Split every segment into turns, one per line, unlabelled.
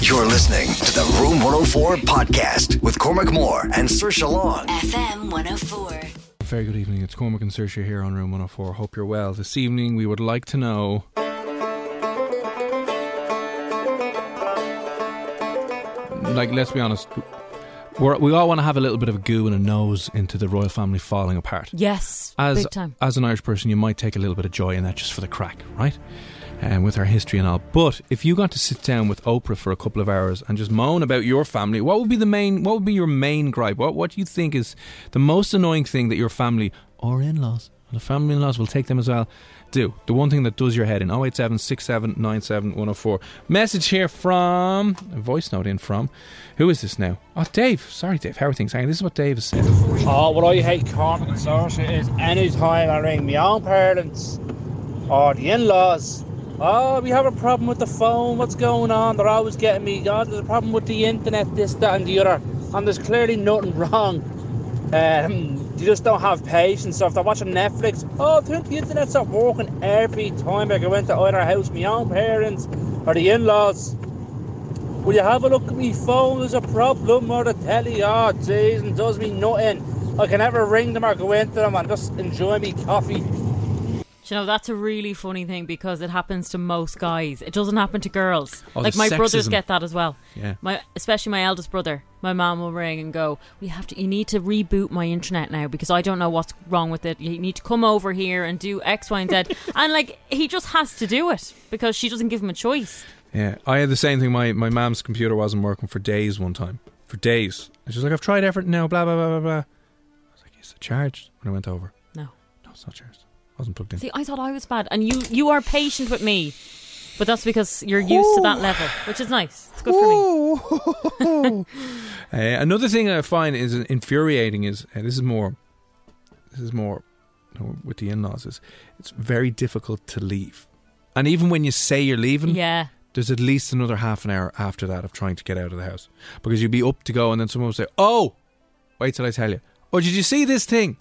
You're listening to the Room 104 podcast with Cormac Moore and Sir Long.
FM 104.
Very good evening. It's Cormac and Saoirse here on Room 104. Hope you're well. This evening, we would like to know. Like, let's be honest. We're, we all want to have a little bit of a goo and a nose into the royal family falling apart.
Yes,
As,
big time.
as an Irish person, you might take a little bit of joy in that just for the crack, right? And with our history and all. But if you got to sit down with Oprah for a couple of hours and just moan about your family, what would be the main? What would be your main gripe? What What do you think is the most annoying thing that your family or in laws, the family in laws will take them as well? Do the one thing that does your head in 087 67 97 104. Message here from a voice note in from who is this now? Oh, Dave. Sorry, Dave. How are things? Hang on, This is what Dave has said.
Oh, what I hate Cormac and Saoirse is any time I ring my own parents or the in-laws. Oh, we have a problem with the phone. What's going on? They're always getting me. God, there's a problem with the internet, this, that, and the other. And there's clearly nothing wrong. Um, you just don't have patience. So if they're watching Netflix, oh, I think the internet's not working every time I go into either house, my own parents or the in-laws. Will you have a look at me phone? There's a problem or the telly. Oh, jeez, and does me nothing. I can never ring them or go into them and just enjoy me coffee.
Do you know, that's a really funny thing because it happens to most guys. It doesn't happen to girls.
Oh,
like
the
my brothers
sexism.
get that as well.
Yeah.
My especially my eldest brother. My mom will ring and go, "We have to. You need to reboot my internet now because I don't know what's wrong with it. You need to come over here and do X, Y, and Z." and like he just has to do it because she doesn't give him a choice.
Yeah, I had the same thing. My my mom's computer wasn't working for days one time. For days, and she's like, "I've tried everything now." Blah blah blah blah blah. I was like, "Is it charged?" When I went over,
No.
no, it's not charged. wasn't plugged in.
See, I thought I was bad, and you you are patient with me, but that's because you're used to that level, which is nice. It's good for me.
Ooh. Uh, another thing I find is infuriating is uh, this is more, this is more you know, with the in-laws is it's very difficult to leave, and even when you say you're leaving,
Yeah.
there's at least another half an hour after that of trying to get out of the house because you'd be up to go and then someone would say, "Oh, wait till I tell you." Or did you see this thing?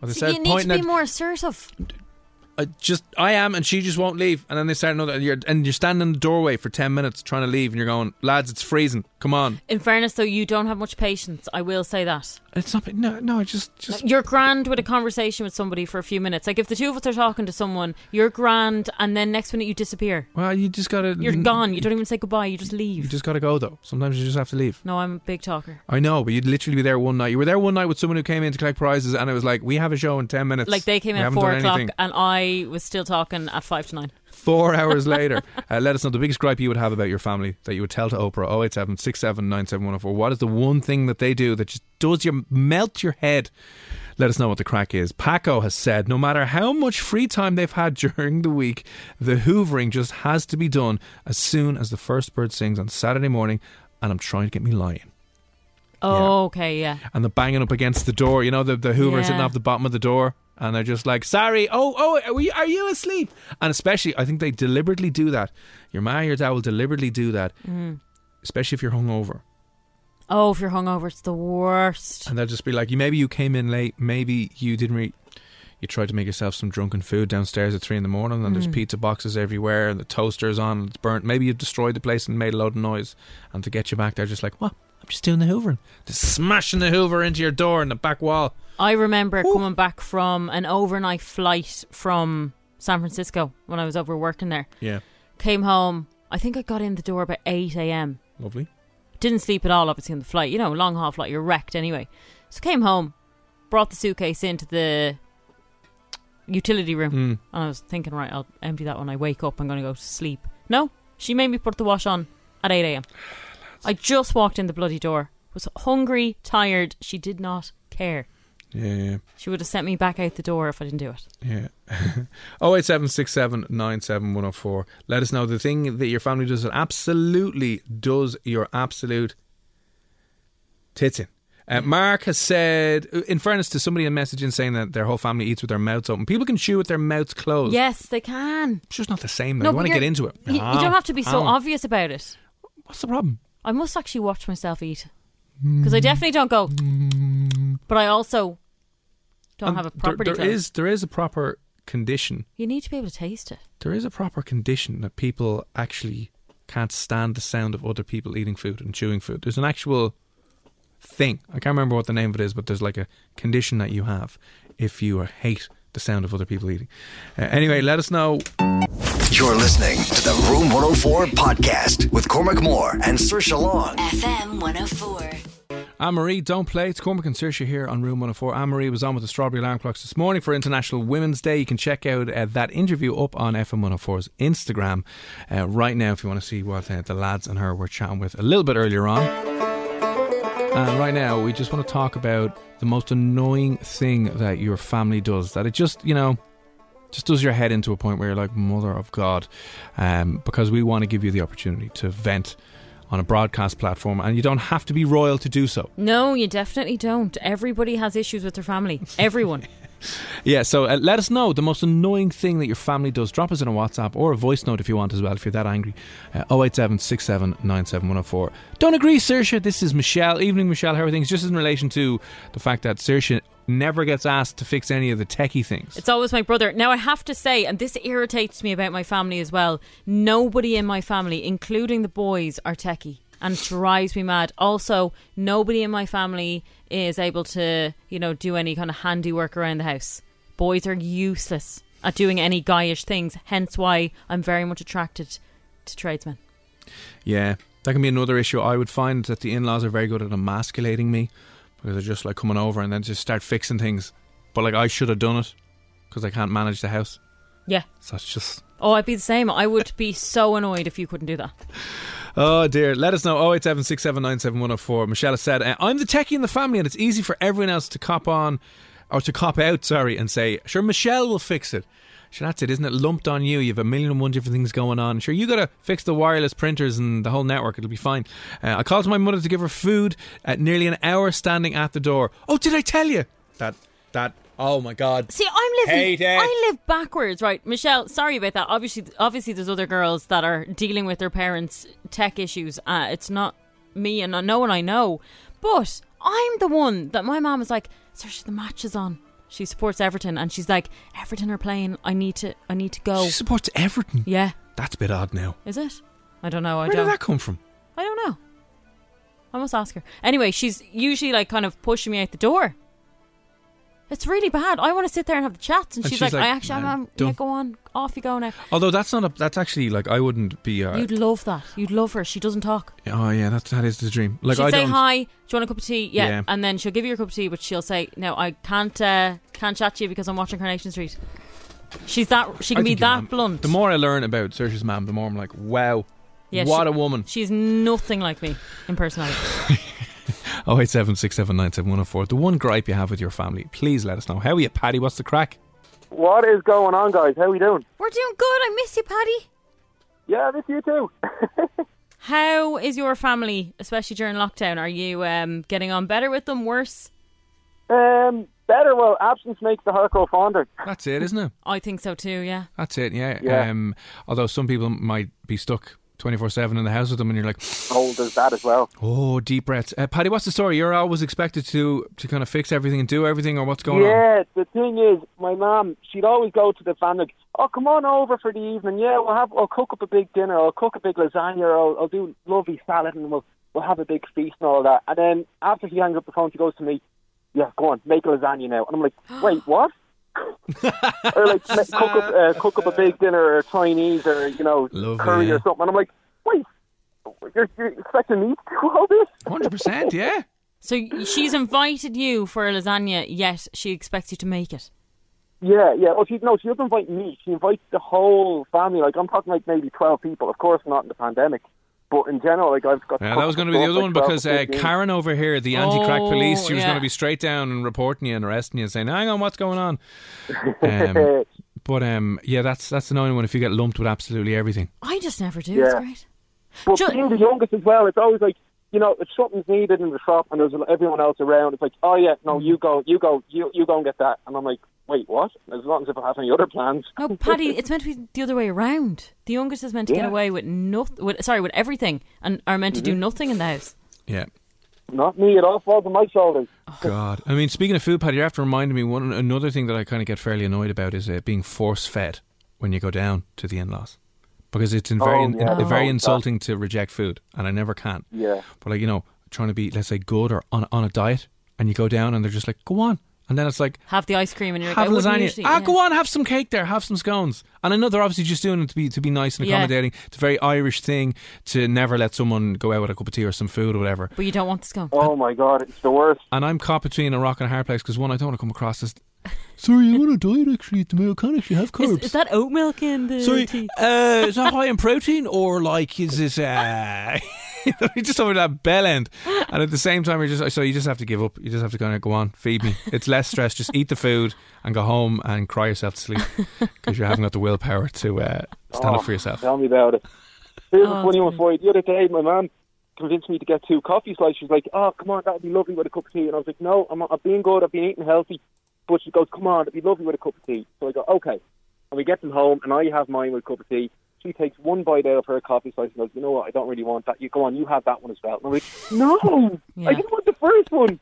Or they
So
start
you need to
pointing
be
at-
more assertive.
I just I am, and she just won't leave. And then they start another, and you're, and you're standing in the doorway for ten minutes trying to leave, and you're going, "Lads, it's freezing. Come on."
In fairness, though, you don't have much patience. I will say that.
And it's not. No, no. Just, just.
You're grand with a conversation with somebody for a few minutes. Like if the two of us are talking to someone, you're grand, and then next minute you disappear.
Well, you just gotta.
You're gone. You don't even say goodbye. You just
Mm. You
leave.
just gotta go though. Sometimes you just have to leave.
no, I'm a big talker.
I know, but you'd literally be there one night. You were there one night with someone who came in to collect prizes, and it was like, "We have a show in ten minutes."
Like they came
We
in at
haven't
four
done
o'clock,
anything.
and I was still talking at five to nine.
Four hours later, uh, let us know the biggest gripe you would have about your family that you would tell to Oprah 087 6797104. What is the one thing that they do that just does your melt your head? Let us know what the crack is. Paco has said no matter how much free time they've had during the week, the hoovering just has to be done as soon as the first bird sings on Saturday morning, and I'm trying to get me lying.
Oh, okay, yeah.
And the banging up against the door, you know, the, the hoover
Yeah.
sitting off the bottom of the door. And they're just like, sorry, oh, oh, are, we, are you asleep? And especially, I think they deliberately do that. Your ma, your dad will deliberately do that, especially if you're hungover.
Oh, if you're hungover, it's the worst.
And they'll just be like, "You- maybe you came in late, maybe you didn't really. You tried to make yourself some drunken food downstairs at three in the morning, and there's pizza boxes everywhere, and the toaster's on, and it's burnt. Maybe you destroyed the place and made a load of noise. And to get you back, they're just like, what? I'm just doing the hoovering. Just smashing the hoover into your door and the back wall.
I remember coming back from an overnight flight from San Francisco when I was over working there.
Yeah.
Came home. I think I got in the door about 8 a.m.
Lovely.
Didn't sleep at all, obviously, on the flight. You know, long haul flight, you're wrecked anyway. So came home, brought the suitcase into the utility room.
Mm.
And I was thinking, right, I'll empty that when I wake up. I'm going to go to sleep. No, she made me put the wash on at 8 a.m. I just walked in the bloody door. Was hungry, tired. She did not care.
Yeah, yeah,
She would have sent me back out the door if I didn't do it.
yeah. Oh eight seven six seven nine seven one zero four. Let us know the thing that your family does that absolutely does your absolute tits in.
Mm-hmm.
Uh, Mark has said, uh, in fairness to somebody in messaging saying that their whole family eats with their mouths open. People can chew with their mouths closed.
Yes, they can.
It's just not the same though.
No,
you
but
want to get
you're-
into it.
You, you don't have to be so
Oh.
obvious about it.
What's the problem?
I must actually watch myself eat because
Hmm.
I definitely don't go. But I also don't
Um,
have a
Hmm. there-
property.
there is there is a proper condition.
You need to be able to taste it.
There is a proper condition that people actually can't stand the sound of other people eating food and chewing food. There's an actual thing. I can't remember what the name of it is, but there's like a condition that you have if you hate the sound of other people eating. Uh, anyway, let us know.
You're listening to the Room 104 podcast with Cormac Moore and Sir Long.
FM 104.
Anne Marie, don't play. It's Cormac and Saoirse here on Room 104. Anne Marie was on with the Strawberry Alarm Clocks this morning for International Women's Day. You can check out uh, that interview up on FM 104's Instagram uh, right now if you want to see what uh, the lads and her were chatting with a little bit earlier on. And right now, we just want to talk about the most annoying thing that your family does. That it just, you know, just does your head into a point where you're like, Mother of God. Um, because we want to give you the opportunity to vent on a broadcast platform, and you don't have to be royal to do so.
No, you definitely don't. Everybody has issues with their family. Everyone.
Yeah, so uh, let us know the most annoying thing that your family does. Drop us in a WhatsApp or a voice note if you want as well, if you're that angry. Uh, 087 6797104. Don't agree, Saoirse. This is Michelle. Evening, Michelle. How are things? Just in relation to the fact that Saoirse never gets asked to fix any of the techie things.
It's always my brother. Now, I have to say, and this irritates me about my family as well, nobody in my family, including the boys, are techie and it drives me mad. Also, nobody in my family is able to, you know, do any kind of handiwork around the house. Boys are useless at doing any guyish things, hence why I'm very much attracted to tradesmen.
yeah, that can be another issue. I would find that the in laws are very good at emasculating me because they're just like coming over and then just start fixing things. But like, I should have done it because I can't manage the house.
Yeah.
So it's just.
Oh, I'd be the same. I would be so annoyed if you couldn't do that.
Oh dear. Let us know 0876797104. Michelle has said, uh, I'm the techie in the family and it's easy for everyone else to cop on or to cop out, sorry, and say, sure, Michelle will fix it. Sure, that's it, isn't it? Lumped on you. You have a million and one different things going on. Sure, you got to fix the wireless printers and the whole network. It'll be fine. Uh, I called to my mother to give her food at nearly an hour standing at the door. Oh, did I tell you? That, that, oh my God.
See, I'm living.
Hate it.
I live backwards, right, Michelle? Sorry about that. Obviously, obviously, there's other girls that are dealing with their parents' tech issues. Uh, it's not me and no one I know, but I'm the one that my mom is like, "Search the match is on." She supports Everton, and she's like, "Everton are playing. I need to. I need to go."
She supports Everton.
yeah,
That's a bit odd now.
is it? I don't know. I
Where
don't.
did that come from?
I don't know. I must ask her. Anyway, she's usually like kind of pushing me out the door. It's really bad. I want to sit there and have the chats, and, she's, like, "I actually, I'm,
"No,
I'm
don't."
yeah, go on, off you go now."
Although that's not a, that's actually like, I wouldn't be. Uh,
You'd love that. You'd love her. She doesn't talk.
Oh yeah, that that is the dream. Like
she'll
I
say
don't.
hi. Do you want a cup of tea? Yeah.
Yeah.
And then she'll give you a cup of tea, but she'll say, "No, I can't. Uh, can't chat to you because I'm watching Carnation Street." She's that. She
I
can be
think your
that
mum-
blunt.
The more I learn about Saoirse's mum, the more I'm like, wow,
Yeah,
what
she-
a woman.
She's nothing like me in personality.
Oh eight seven six seven nine seven one zero four. The one gripe you have with your family, please let us know. How are you, Paddy? What's the crack?
What is going on, guys? How we doing?
We're doing good. I miss you, Paddy.
Yeah, this you too.
How is your family, especially during lockdown? Are you um, getting on better with them? Worse?
um, better. Well, absence makes the heart grow fonder.
That's it, isn't it?
I think so too. Yeah.
That's it. Yeah.
Yeah.
Um, although some people might be stuck twenty four seven in the house with them, and you're like,
Oh, there's that as well.
oh, deep breaths. Uh, Paddy, what's the story? You're always expected to to kind of fix everything and do everything, or what's going on?
yeah, the thing is, my mom, she'd always go to the family. like, Oh, come on over for the evening. Yeah, we'll have. I'll cook up a big dinner. I'll cook a big lasagna. Or I'll, I'll do lovely salad, and we'll we'll have a big feast and all that. And then after she hangs up the phone, she goes to me. Yeah, go on, make a lasagna now. And I'm like, wait, what? or like ma- cook up uh, cook up a big dinner or Chinese or you know
Lovely,
curry
yeah.
or something. And I'm like, wait, you're, you're expecting me to do all this?
Hundred percent, yeah.
So y- she's invited you for a lasagna, yet she expects you to make it.
Yeah, yeah. Well, she no, she doesn't invite me. She invites the whole family. Like I'm talking like maybe twelve people. Of course, not in the pandemic, but in general, like I've got.
Yeah, that was going to be the other one because uh, Karen over here, the anti-crack police, she was
yeah.
going to be straight down and reporting you and arresting you and saying, "Hang on, what's going on?" Um, but um, yeah, that's that's the annoying one if you get lumped with absolutely everything.
I just never do.
Yeah.
It's great.
But
Ju-
being the youngest as well, it's always like, you know, if something's needed in the shop and there's everyone else around, it's like, oh yeah, no,
Mm.
you go, you go, you you go and get that. And I'm like, wait, what? As long as if I have any other plans.
No, Paddy, it's meant to be the other way around. The youngest is meant to get
Yeah. Mm-hmm.
away with nothing. With, sorry, with everything, and are meant to do nothing in the house.
Yeah.
Not me, it all falls on my shoulders.
God, I mean, speaking of food, Paddy, you have to remind me one another thing that I kind of get fairly annoyed about is uh, being force-fed when you go down to the in-laws because it's in very
Oh,
in-
yeah.
in- very
Oh.
insulting to reject food, and I never can.
Yeah.
But like you know, trying to be let's say good or on on a diet, and you go down and they're just like, "Go on," and then it's like.
Have the ice cream, and you're
have
like, I wouldn't
lasagna.
Usually,
ah,
yeah.
go on, have some cake there, have some scones. And I know they're obviously just doing it to be to be nice and
Yeah.
accommodating. It's a very Irish thing to never let someone go out with a cup of tea or some food or whatever.
But you don't want this going.
Oh my god, it's the worst.
And I'm caught between a rock and a hard place because one, I don't want to come across as sorry, I'm on a diet actually at the moment. I can't actually have
Is,
carbs.
is that oat milk in the
sorry,
tea?
uh, is that high in protein or like is this? Uh... you just over that bell end, and at the same time, you just so you just have to give up. You just have to kind of go on, feed me. It's less stress. Just eat the food and go home and cry yourself to sleep because you haven't got the willpower to uh, stand
Oh,
up for yourself.
Tell me about it. Here's a
Oh,
funny one
it's
for you. The other day, my mum convinced me to get two coffee slices. She's like, "Oh, come on, that would be lovely with a cup of tea." And I was like, "No, I'm, I've been good. I've been eating healthy." But she goes, "Come on, it'd be lovely with a cup of tea." So I go, "Okay." And we get them home, and I have mine with a cup of tea. She takes one bite out of her coffee slice and goes, "You know what? I don't really want that. You go on. You have that one as well." And I'm like, "No,
Yeah.
I didn't want the first one."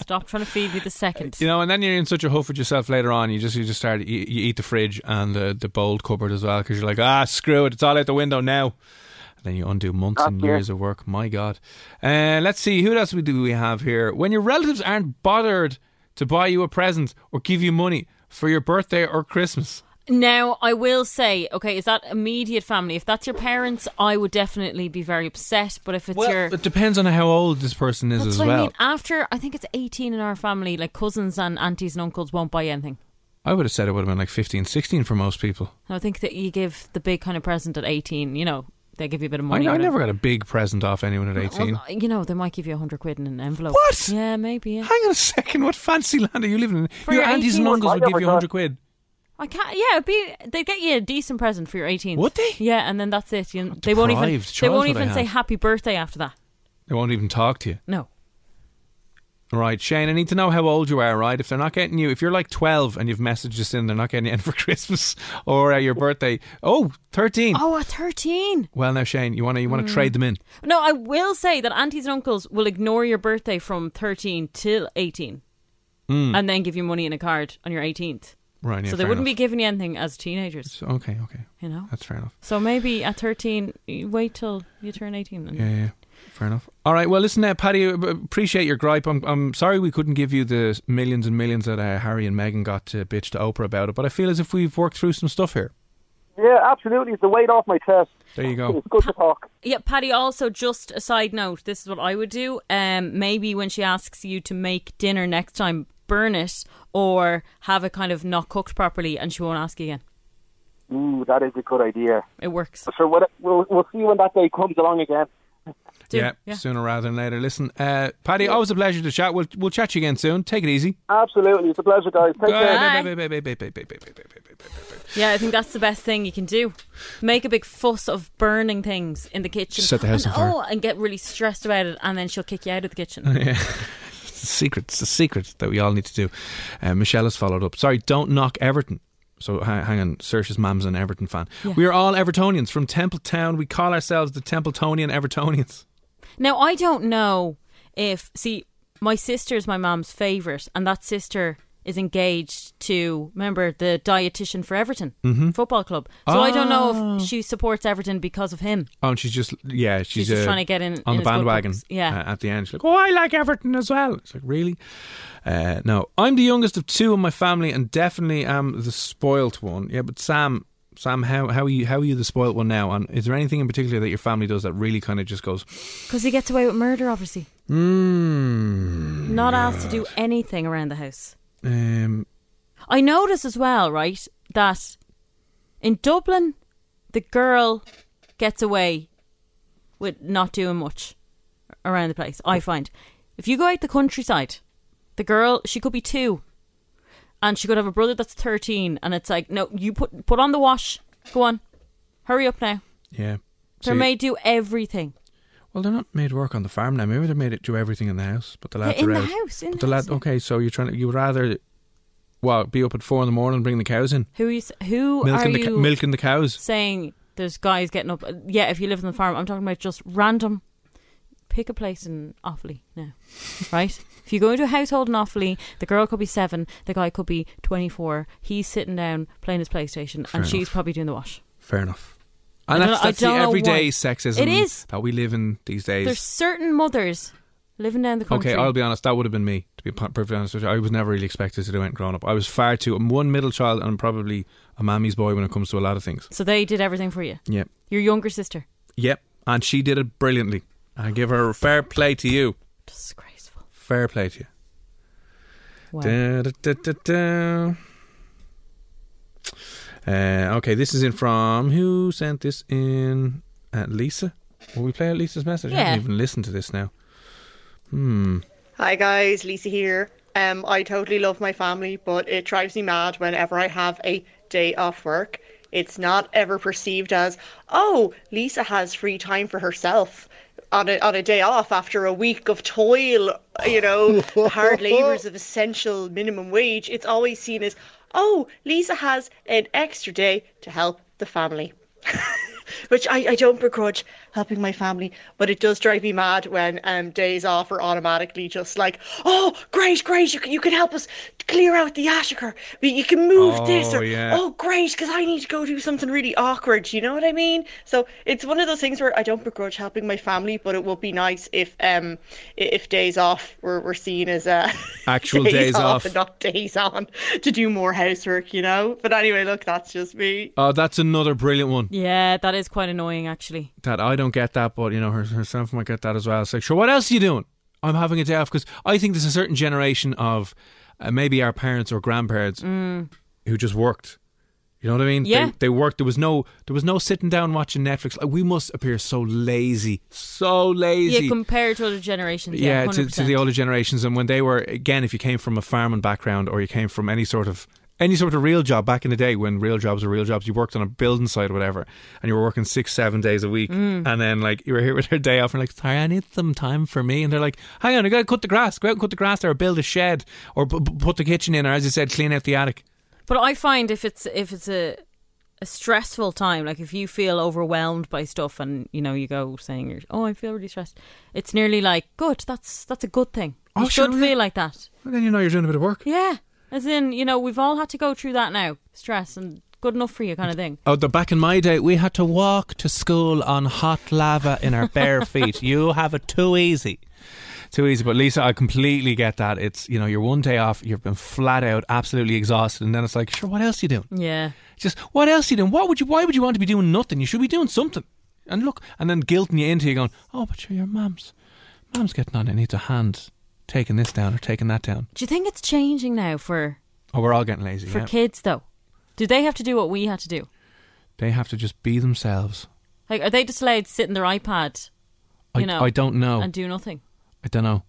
Stop trying to feed me the second.
You know, and then you're in such a huff with yourself later on. You just you just start you, you eat the fridge and the the bowl cupboard as well because you're like, ah, screw it, it's all out the window now. And then you undo months
Ah,
and
dear.
years of work. My God. Uh, let's see who else we do we have here. When your relatives aren't bothered to buy you a present or give you money for your birthday or Christmas.
Now, I will say, okay, is that immediate family? If that's your parents, I would definitely be very upset. But if it's your.
it depends on how old this person is
that's
as
what
well.
I mean. After, I think it's 18 in our family, like cousins and aunties and uncles won't buy anything.
I would have said it would have been like 15, 16 for most people.
I think that you give the big kind of present at 18, you know, they give you a bit of
I,
money.
I
or-
never got a big present off anyone at 18.
Well, you know, they might give you a 100 quid in an envelope.
What?
Yeah, maybe. Yeah.
Hang on a second, what fancy land are you living in?
For
your
your
aunties and
18
uncles would
Oh
give you
my
100
God.
quid.
I can't. Yeah, it'd be they get you a decent present for your 18th.
Would they?
Yeah, and then that's it. You, they won't even
deprived
they won't
childhood I
even say
had.
happy birthday after that.
They won't even talk to you.
No.
Right, Shane, I need to know how old you are, right? If they're not getting you, if you're like 12 and you've messaged us in, they're not getting you in for Christmas or uh, your birthday. Oh, 13.
Oh, Hmm. a 13.
Well, now, Shane, you want to you wanna trade them in.
No, I will say that aunties and uncles will ignore your birthday from 13 till 18 and then give you money in a card on your 18th.
Right, Hmm. yeah,
so they
fair
wouldn't be
enough.
giving you anything as teenagers,
So, okay, okay.
you know?
That's fair enough.
So maybe at 13, you wait till you turn 18. And
Yeah, yeah. Fair enough. All right. Well, listen, uh, Paddy, uh, appreciate your gripe. I'm, I'm sorry we couldn't give you the millions and millions that uh, Harry and Meghan got to bitch to Oprah about it, but I feel as if we've worked through some stuff here.
Yeah, absolutely. It's the weight off my chest.
There you go.
It's good to talk.
Yeah, Patty. Also, just a side note. This is what I would do. Um, maybe when she asks you to make dinner next time, burn it or have it kind of not cooked properly, and she won't ask you again.
Ooh, that is a good idea.
It works.
So what, we'll, we'll see when that day comes along again.
Do-
yeah,
yeah.
sooner rather than later. Listen, uh, Paddy, always a pleasure to chat. We'll we'll chat you again soon. Take it easy.
Absolutely. It's a pleasure, guys. Take care.
Bye, bye, bye, bye, bye, bye, bye, bye, bye, bye, bye, bye, bye.
Yeah, I think that's the best thing you can do. Make a big fuss of burning things in the kitchen.
Set the house
and,
on fire. Uh-huh.
Oh, and get really stressed about it, and then she'll kick you out of the kitchen.
It's a secret. It's a secret that we all need to do. Uh, Michelle has followed up. Sorry, don't knock Everton. So ha- hang on, Saoirse's mum's an Everton fan. We are all Evertonians from Templetown. We call ourselves the Templetonian Evertonians.
Now I don't know if see my sister's my mom's favorite, and that sister is engaged to remember the dietitian for Everton
Mm-hmm.
football club. So I don't
Ah.
know if she supports Everton because of him.
Oh, and she's just yeah, she's,
She's just
uh,
trying to get in-
on
in
the
his good
bandwagon.
books. Yeah.
uh, at the end, she's like, "Oh, I like Everton as well." It's like, really? Uh, no, I'm the youngest of two in my family, and definitely am the spoilt one. Yeah, but Sam, Sam, how how are you how are you the spoilt one now? And is there anything in particular that your family does that really kind of just goes,
Because he gets away with murder, obviously.
mm,
Not asked to do anything around the house.
um,
I notice as well, right, that in Dublin, the girl gets away with not doing much around the place. I find if you go out the countryside, the girl she could be two, and she could have a brother that's thirteen, and it's like, no, you put put on the wash, go on, hurry up now.
yeah."
They're
See,
made do everything.
well, they're not made work on the farm now. Maybe they're made it do everything in the house, but the lads
in
are
the
out.
house, in
but
the
lad,
house, yeah.
okay, so you're trying to you would rather, well, be up at four in the morning, bring the cows in.
Who is who are
milking the,
you
co- milking the cows.
saying there's guys getting up? Yeah, if you live on the farm, I'm talking about just random. Pick a place in Offaly now, right? if you go into a household in Offaly, the girl could be seven, the guy could be 24. He's sitting down playing his PlayStation,
Fair
and she's
enough.
probably doing the wash.
Fair enough. And
I don't
that's,
know- I
that's the
don't know
everyday
why.
sexism
It is.
that we live in these
There's
days.
certain mothers living down the country.
Okay, I'll be honest. That would have been me, to be p- perfectly honest with you. I was never really expected to do it growing up. I was far too. I'm one middle child and I'm probably a mammy's boy when it comes to a lot of things.
so they did everything for you.
Yep.
Your younger sister,
Yep. And she did it brilliantly. I give her fair play to you.
disgraceful.
Fair play to you.
Wow.
Da, da, da, da, da. Uh, okay, this is in from who sent this in? Uh, Lisa. Will we play out Lisa's message? I
Yeah.
haven't even listened to this now. Hmm.
Hi guys, Lisa here. Um, I totally love my family, but it drives me mad whenever I have a day off work. It's not ever perceived as, oh, Lisa has free time for herself on a on a day off after a week of toil, you know, the hard labours of essential minimum wage. It's always seen as, oh, Lisa has an extra day to help the family which I, I don't begrudge helping my family, but it does drive me mad when um, days off are automatically just like, oh, great, great, you can, you can help us clear out the attic, or you can move this,
Oh,
or
yeah.
oh, great, because I need to go do something really awkward, you know what I mean? So it's one of those things where I don't begrudge helping my family, but it would be nice if um i- if days off were, were seen as uh,
Actual days off.
and not days on to do more housework, you know? But anyway, look, that's just me.
Oh, that's another brilliant one.
yeah, that is quite annoying, actually.
That I don't get that, but you know, her, herself might get that as well. It's like, sure, what else are you doing? I'm having a day off because I think there's a certain generation of uh, maybe our parents or grandparents who just worked. You know what I mean?
Mm. Yeah.
They, they worked. There was no there was no sitting down watching Netflix. Like, we must appear so lazy, so lazy.
Yeah, compared to other generations.
yeah,
Yeah,
to, to
100%.
the older generations and when they were again if you came from a farming background or you came from any sort of any sort of real job back in the day when real jobs were real jobs you worked on a building site or whatever and you were working six seven days a week and then like you were here with her day off and like sorry I need some time for me and they're like hang on I gotta cut the grass go out and cut the grass there or build a shed or b- b- put the kitchen in or as you said clean out the attic
But I find if it's if it's a a stressful time, like if you feel overwhelmed by stuff, and you know you go saying, "Oh, I feel really stressed," it's nearly like good. That's that's a good thing.
Oh,
you should
sure, yeah.
feel like that.
and then you know you're doing a bit of work
Yeah, as in you know we've all had to go through that now, stress and good enough for you kind of thing.
Oh, the back in my day, we had to walk to school on hot lava in our bare feet. You have it too easy. Too easy. But Lisa, I completely get that. It's, you know, you're one day off, you've been flat out, absolutely exhausted. And then it's like, sure, what else you doing?
Yeah,
Just, what else you doing? What would you, why would you want to be doing nothing? You should be doing something. And look, and then guilting you into you going, oh, but sure, your mum's, mum's getting on it, needs a hand taking this down or taking that down.
do you think it's changing now for
Oh, we're all getting lazy.
for
yeah.
kids though? Do they have to do what we had to do?
They have to just be themselves.
Like, are they just allowed to sit in their iPad, you
I,
know,
I don't know.
and do nothing?
I don't know.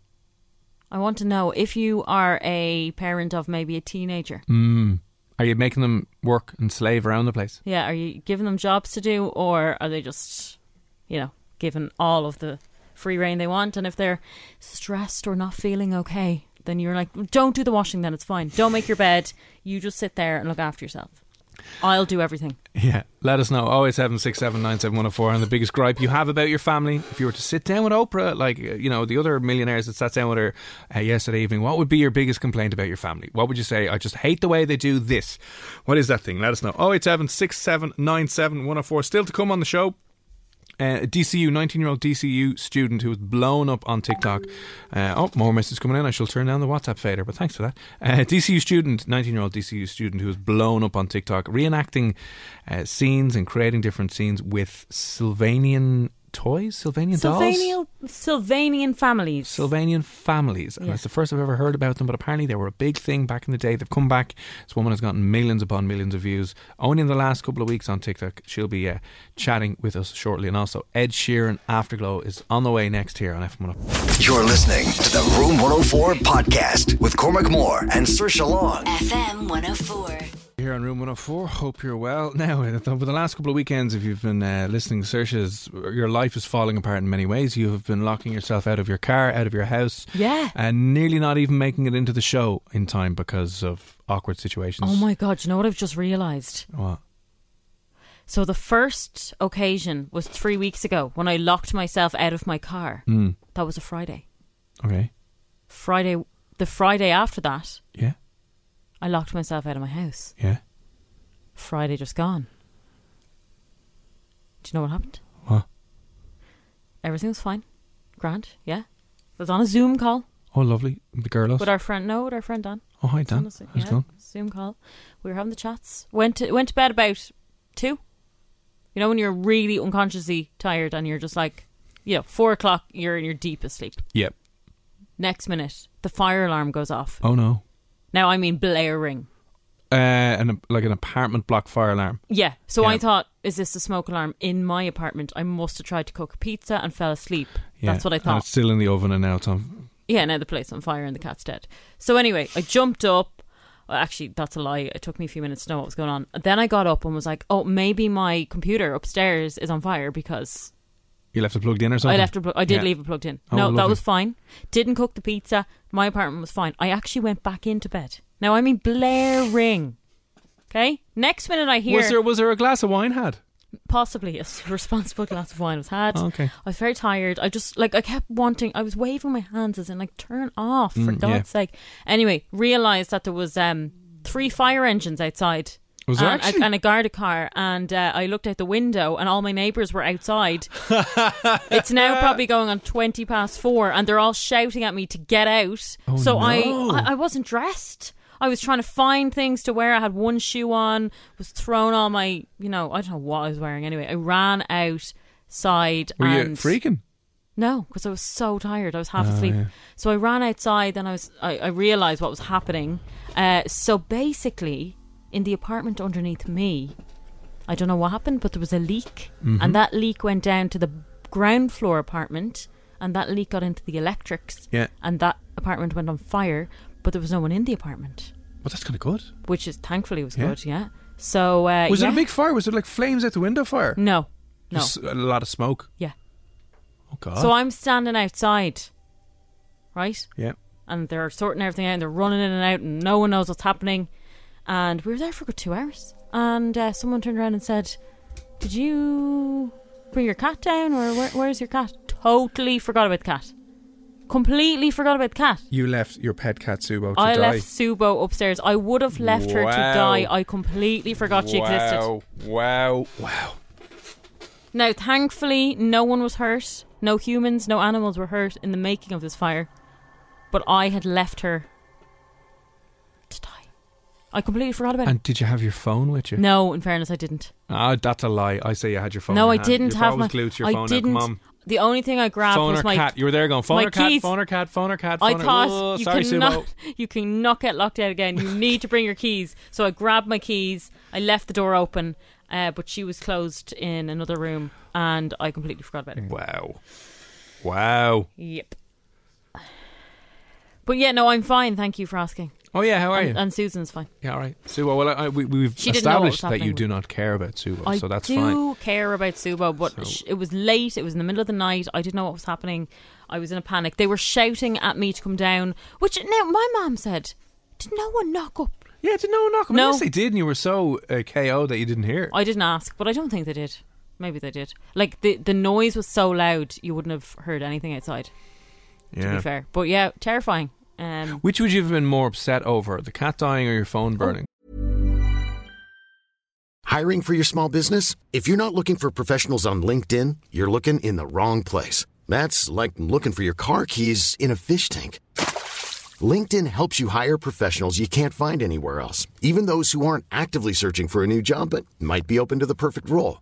I want to know if you are a parent of maybe a teenager.
Mm. Are you making them work and slave around the place?
Yeah, are you giving them jobs to do, or are they just, you know, given all of the free reign they want? And if they're stressed or not feeling okay, then you're like, don't do the washing. Then it's fine. Don't make your bed. You just sit there and look after yourself. I'll do everything.
Yeah, let us know. 08767971004 and the biggest gripe you have about your family. If you were to sit down with Oprah, like, uh, you know, the other millionaires that sat down with her uh, yesterday evening, what would be your biggest complaint about your family? What would you say? I just hate the way they do this. What is that thing? Let us know. 08767971004. Still to come on the show. Uh, a DCU, 19 year old DCU student who was blown up on TikTok. Uh, oh, more messages coming in. I shall turn down the WhatsApp fader, but thanks for that. Uh, DCU student, 19 year old DCU student who was blown up on TikTok, reenacting uh, scenes and creating different scenes with Sylvanian toys, Sylvanian dolls.
Sylvanian, Sylvanian families.
Sylvanian families, and
Yeah.
it's the first I've ever heard about them. But apparently, they were a big thing back in the day. They've come back. This woman has gotten millions upon millions of views only in the last couple of weeks on TikTok. She'll be uh, chatting with us shortly, and also Ed Sheeran Afterglow is on the way next here on F1.
You're listening to the Room 104 podcast with Cormac Moore and Sir Long.
FM 104.
Here on Room 104, hope you're well. Now, uh, over the last couple of weekends, if you've been uh, listening to Searches, your life is falling apart in many ways. You have been locking yourself out of your car, out of your house.
Yeah.
And nearly not even making it into the show in time because of awkward situations.
Oh my god! You know what I've just realised.
What?
So the first occasion was three weeks ago when I locked myself out of my car.
Mm.
That was a Friday.
Okay.
Friday, the Friday after that,
Yeah.
I locked myself out of my house.
Yeah.
Friday just gone. Do you know what happened?
What?
Everything was fine. Grand, yeah. I was on a Zoom call
Oh, lovely. The girl.
with our friend. No, with our friend Dan.
Oh, hi, Dan.
Honestly,
How's it
yeah,
going?
Zoom call. We were having the chats. Went to went to bed about two. You know when you're really unconsciously tired and you're just like, you know, four o'clock. You're in your deepest sleep.
Yep.
Next minute, the fire alarm goes off.
Oh, no.
Now I mean blaring.
Uh, an, like an apartment block fire alarm.
Yeah. So I
Yeah.
thought, is this the smoke alarm in my apartment? I must have tried to cook a pizza and fell asleep.
Yeah.
That's what I
And
thought.
it's still in the oven and now it's on.
Yeah, now the place on fire and the cat's dead. So anyway, I jumped up. Well, actually, that's a lie. It took me a few minutes to know what was going on. Then I got up and was like, "Oh, maybe my computer upstairs is on fire because
You left it plugged in or something?
I left it. Pl- I did
Yeah.
leave it plugged in.
Oh,
no,
lovely.
that was fine. Didn't cook the pizza. My apartment was fine. I actually went back into bed. Now I mean blaring. Okay. Next minute I hear
Was there, was there a glass of wine had?
possibly a responsible glass of wine was had.
Oh, okay.
I was very tired. I just like I kept wanting. I was waving my hands as in like turn off for
Mm,
God's
yeah.
sake. Anyway, realized that there was um three fire engines outside.
Was there
and,
actually?
a, and a guard car, and uh, I looked out the window, and all my neighbours were outside. it's now probably going on twenty past four, and they're all shouting at me to get out. so I,
Oh, no.
I, I wasn't dressed. I was trying to find things to wear. I had one shoe on, was thrown all my, you know, I don't know what I was wearing anyway. I ran outside.
Were you
and
freaking?
no, because I was so tired. I was half
Oh,
asleep.
yeah.
So I ran outside and I was I, I realized what was happening. Uh, so basically, in the apartment underneath me, I don't know what happened, but there was a leak,
Mm-hmm.
and that leak went down to the ground floor apartment, and that leak got into the electrics.
Yeah.
And that apartment went on fire, but there was no one in the apartment,
Well, that's kind of good.
which is thankfully was
Yeah.
good. Yeah. So uh,
Was
yeah.
it a big fire? Was it like flames out the window fire?
No. No.
Just a lot of smoke.
yeah.
Oh God.
So I'm standing outside, right?
yeah.
and they're sorting everything out and they're running in and out and no one knows what's happening and we were there for a good two hours and uh, someone turned around and said did you bring your cat down or Where, where's your cat totally forgot about the cat completely forgot about the cat
You left your pet cat Subo to
I
die.
left Subo upstairs. I would have left her to
Wow.
die. I completely forgot she existed.
Wow! Wow! Wow!
Now, thankfully, no one was hurt. No humans, no animals were hurt in the making of this fire. But I had left her to die. I completely forgot about it.
And did you have your phone with you?
No, in fairness, I didn't.
Ah, that's a lie. I say you had your phone. in
no, I
your hand.
didn't
Your
have
phone
my.
was glued to your
I
phone.
didn't.
Now, come on.
The only thing I grabbed
Phone
was
or
my
cat? You were there going phone
my
or cat,
keys.
phone or cat, phone or cat, phone
I
or
thought
Oh,
you
sorry,
cannot,
Subo.
you cannot get locked out again. You need to bring your keys. So I grabbed my keys. I left the door open, uh, but she was closed in another room, and I completely forgot about her.
Wow! Wow!
Yep. But yeah, no, I'm fine. Thank you for asking.
Oh yeah, how are you?
And, and Susan's fine.
yeah, all right. Subo, well, I, I, we, we've
She didn't know what was
established that you
happening.
do not care about Subo,
I
Oh, so that's
do
fine.
care about Subo, but
So-
sh- it was late. It was in the middle of the night. I didn't know what was happening. I was in a panic. They were shouting at me to come down, which now my mum said, "Did no one knock up
Yeah, did no one knock?
No.
No, they did, and you were so uh, KO that you didn't hear.
I didn't ask, but I don't think they did. Maybe they did. Like the the noise was so loud, you wouldn't have heard anything outside. To
yeah.
be fair, but yeah, terrifying. Um,
Which would you have been more upset over, the cat dying or your
Oh.
phone burning?
Hiring for your small business? If you're not looking for professionals on LinkedIn, you're looking in the wrong place. That's like looking for your car keys in a fish tank. LinkedIn helps you hire professionals you can't find anywhere else, even those who aren't actively searching for a new job but might be open to the perfect role.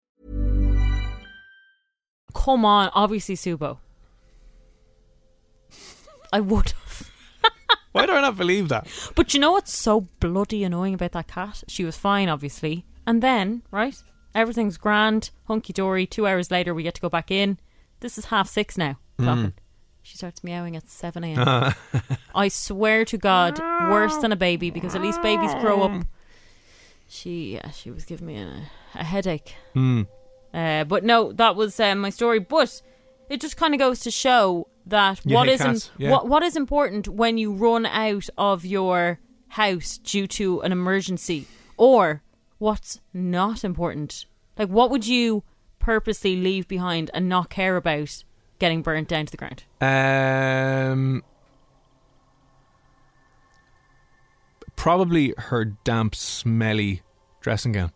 come on, obviously Subo. I would have.
Why do I not believe that?
But you know what's so bloody annoying about that cat? She was fine, obviously. And then, right? Everything's grand, hunky dory. Two hours later, we get to go back in. This is half six now. Clocking. She starts meowing at 7 a.m. I swear to God, worse than a baby because at least babies grow up. She, yeah, she was giving me a, a headache.
Hmm.
Uh, but no, that was um, my story. But it just kind of goes to show that
You
what
hate
is
cats, yeah.
what what is important when you run out of your house due to an emergency, or what's not important. Like, what would you purposely leave behind and not care about getting burnt down to the ground?
Um, probably her damp, smelly dressing gown.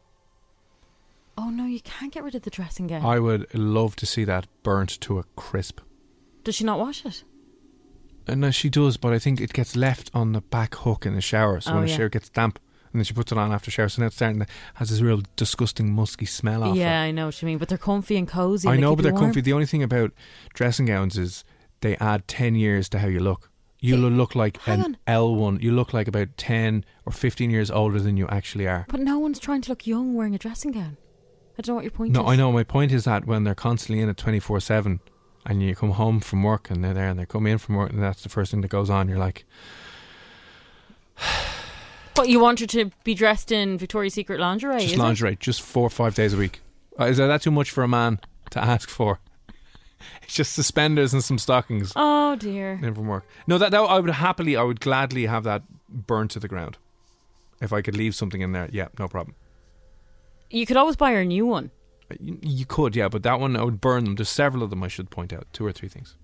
Oh no, you can't get rid of the dressing gown.
I would love to see that burnt to a crisp.
Does she not wash it?
Uh, no, she does, but I think it gets left on the back hook in the shower. So
Oh,
when the
yeah.
shower gets damp, and then she puts it on after shower, so now it's starting to has this real disgusting musky smell off.
yeah,
it.
I know what you mean, but they're comfy and cozy.
I
and they
know,
keep
but
you
they're
warm.
comfy. The only thing about dressing gowns is they add ten years to how you look. You lo- look like
hang on.
an L one. You look like about ten or fifteen years older than you actually are.
But no one's trying to look young wearing a dressing gown. I don't know what your point
No,
is.
I know. My point is that when they're constantly in it twenty four seven, and you come home from work and they're there and they come in from work and that's the first thing that goes on. You're like,
But you want her to be dressed in Victoria's Secret lingerie,
just
is
lingerie, just four or five days a week. Uh, Is that too much for a man to ask for? It's just suspenders and some stockings
it? Oh dear.
in from work. No, that, that I would happily, I would gladly have that burned to the ground. If I could leave something in there, yeah, no problem.
You could always buy her a new one.
You, you could, yeah, but that one I would burn them. There's several of them I should point out, two or three things.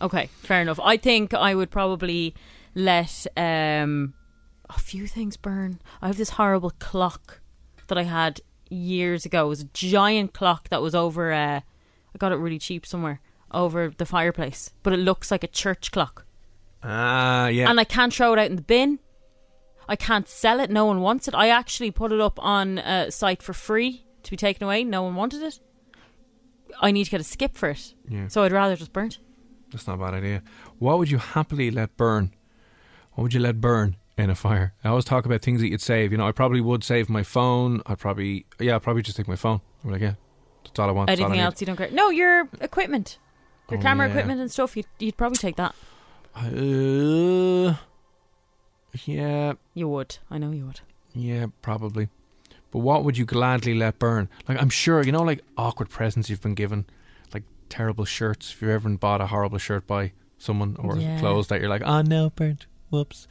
Okay, fair enough. I think I would probably let um, a few things burn. I have this horrible clock that I had years ago. It was a giant clock that was over. Uh, I got it really cheap somewhere over the fireplace, but it looks like a church clock,
Ah, yeah.
and I can't throw it out in the bin. I can't sell it. No one wants it. I actually put it up on a site for free to be taken away. No one wanted it. I need to get a skip for it.
Yeah.
So I'd rather just burn it.
That's not a bad idea. What would you happily let burn? What would you let burn in a fire? I always talk about things that you'd save. You know, I probably would save my phone. I'd probably, yeah, I'd probably just take my phone. I'm like, yeah, that's all I want. that's all I
Anything
need.
else you don't care? No, your equipment, your
Oh,
camera
yeah.
equipment and stuff. You'd, you'd probably take that.
Uh, yeah,
You would. I know you would.
yeah, probably. But what would you gladly let burn? Like, I'm sure, you know, like awkward presents you've been given, like terrible shirts. If you've ever bought a horrible shirt by someone or
Yeah.
"Ah, clothes that you're like, oh no, burnt. Whoops.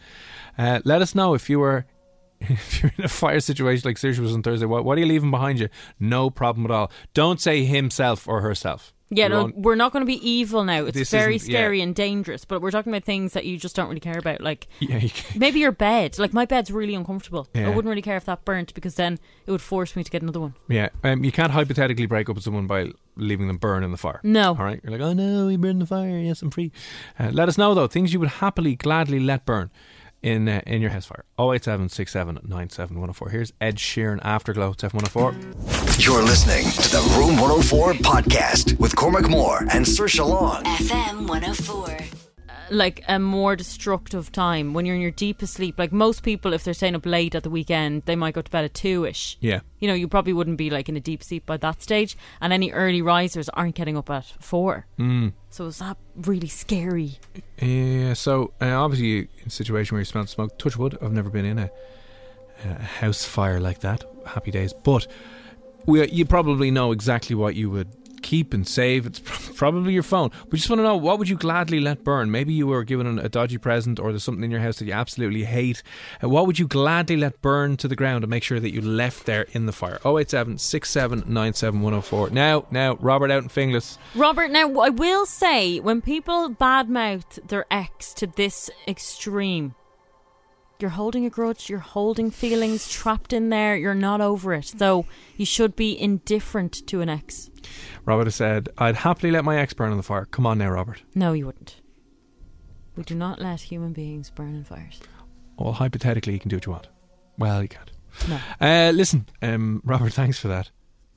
Uh, let us know if you were if you're in a fire situation like Saoirse was on Thursday, what, what are you leaving behind you? No problem at all. Don't say himself or herself.
Yeah,
Your
no,
own-
we're not going to be evil now. It's
This
very
isn't- yeah.
scary and dangerous, but we're talking about things that you just don't really care about. Like
yeah, you can-
maybe your bed. Like my bed's really uncomfortable.
Yeah.
I wouldn't really care if that burnt because then it would force me to get another one.
yeah. Um, you can't hypothetically break up with someone by leaving them burn in the fire.
No.
All right. You're like, oh no, he burned in the fire. Yes, I'm free. Uh, let us know though things you would happily, gladly let burn in uh, in your house fire. Oh eight seven six seven nine seven one zero four. Here's Ed Sheeran Afterglow. It's F one zero four.
You're listening to the Room 104 podcast with Cormac Moore and Sir Long.
FM 104.
like a more destructive time when you're in your deepest sleep. Like most people, if they're staying up late at the weekend, they might go to bed at two ish.
Yeah.
You know, you probably wouldn't be like in a deep sleep by that stage, and any early risers aren't getting up at four.
Mm.
So is that really scary?
Yeah, so uh, obviously, in a situation where you smell smoke, touch wood, I've never been in a, a house fire like that. Happy days. But we, you probably know exactly what you would keep and save. It's prob- probably your phone. We just want to know what would you gladly let burn? Maybe you were given an- a dodgy present or there's something in your house that you absolutely hate. Uh, what would you gladly let burn to the ground and make sure that you left there in the fire? 087 6797104. Now, now, Robert out in Finglas.
Robert, now I will say when people badmouth their ex to this extreme, you're holding a grudge, you're holding feelings trapped in there, you're not over it. So you should be indifferent to an ex.
Robert has said, I'd happily let my ex burn in the fire. Come on now, Robert.
No, you wouldn't. We do not let human beings burn in fires.
Well, hypothetically, you can do what you want. Well, you can't.
No.
Uh, listen, um, Robert, thanks for that.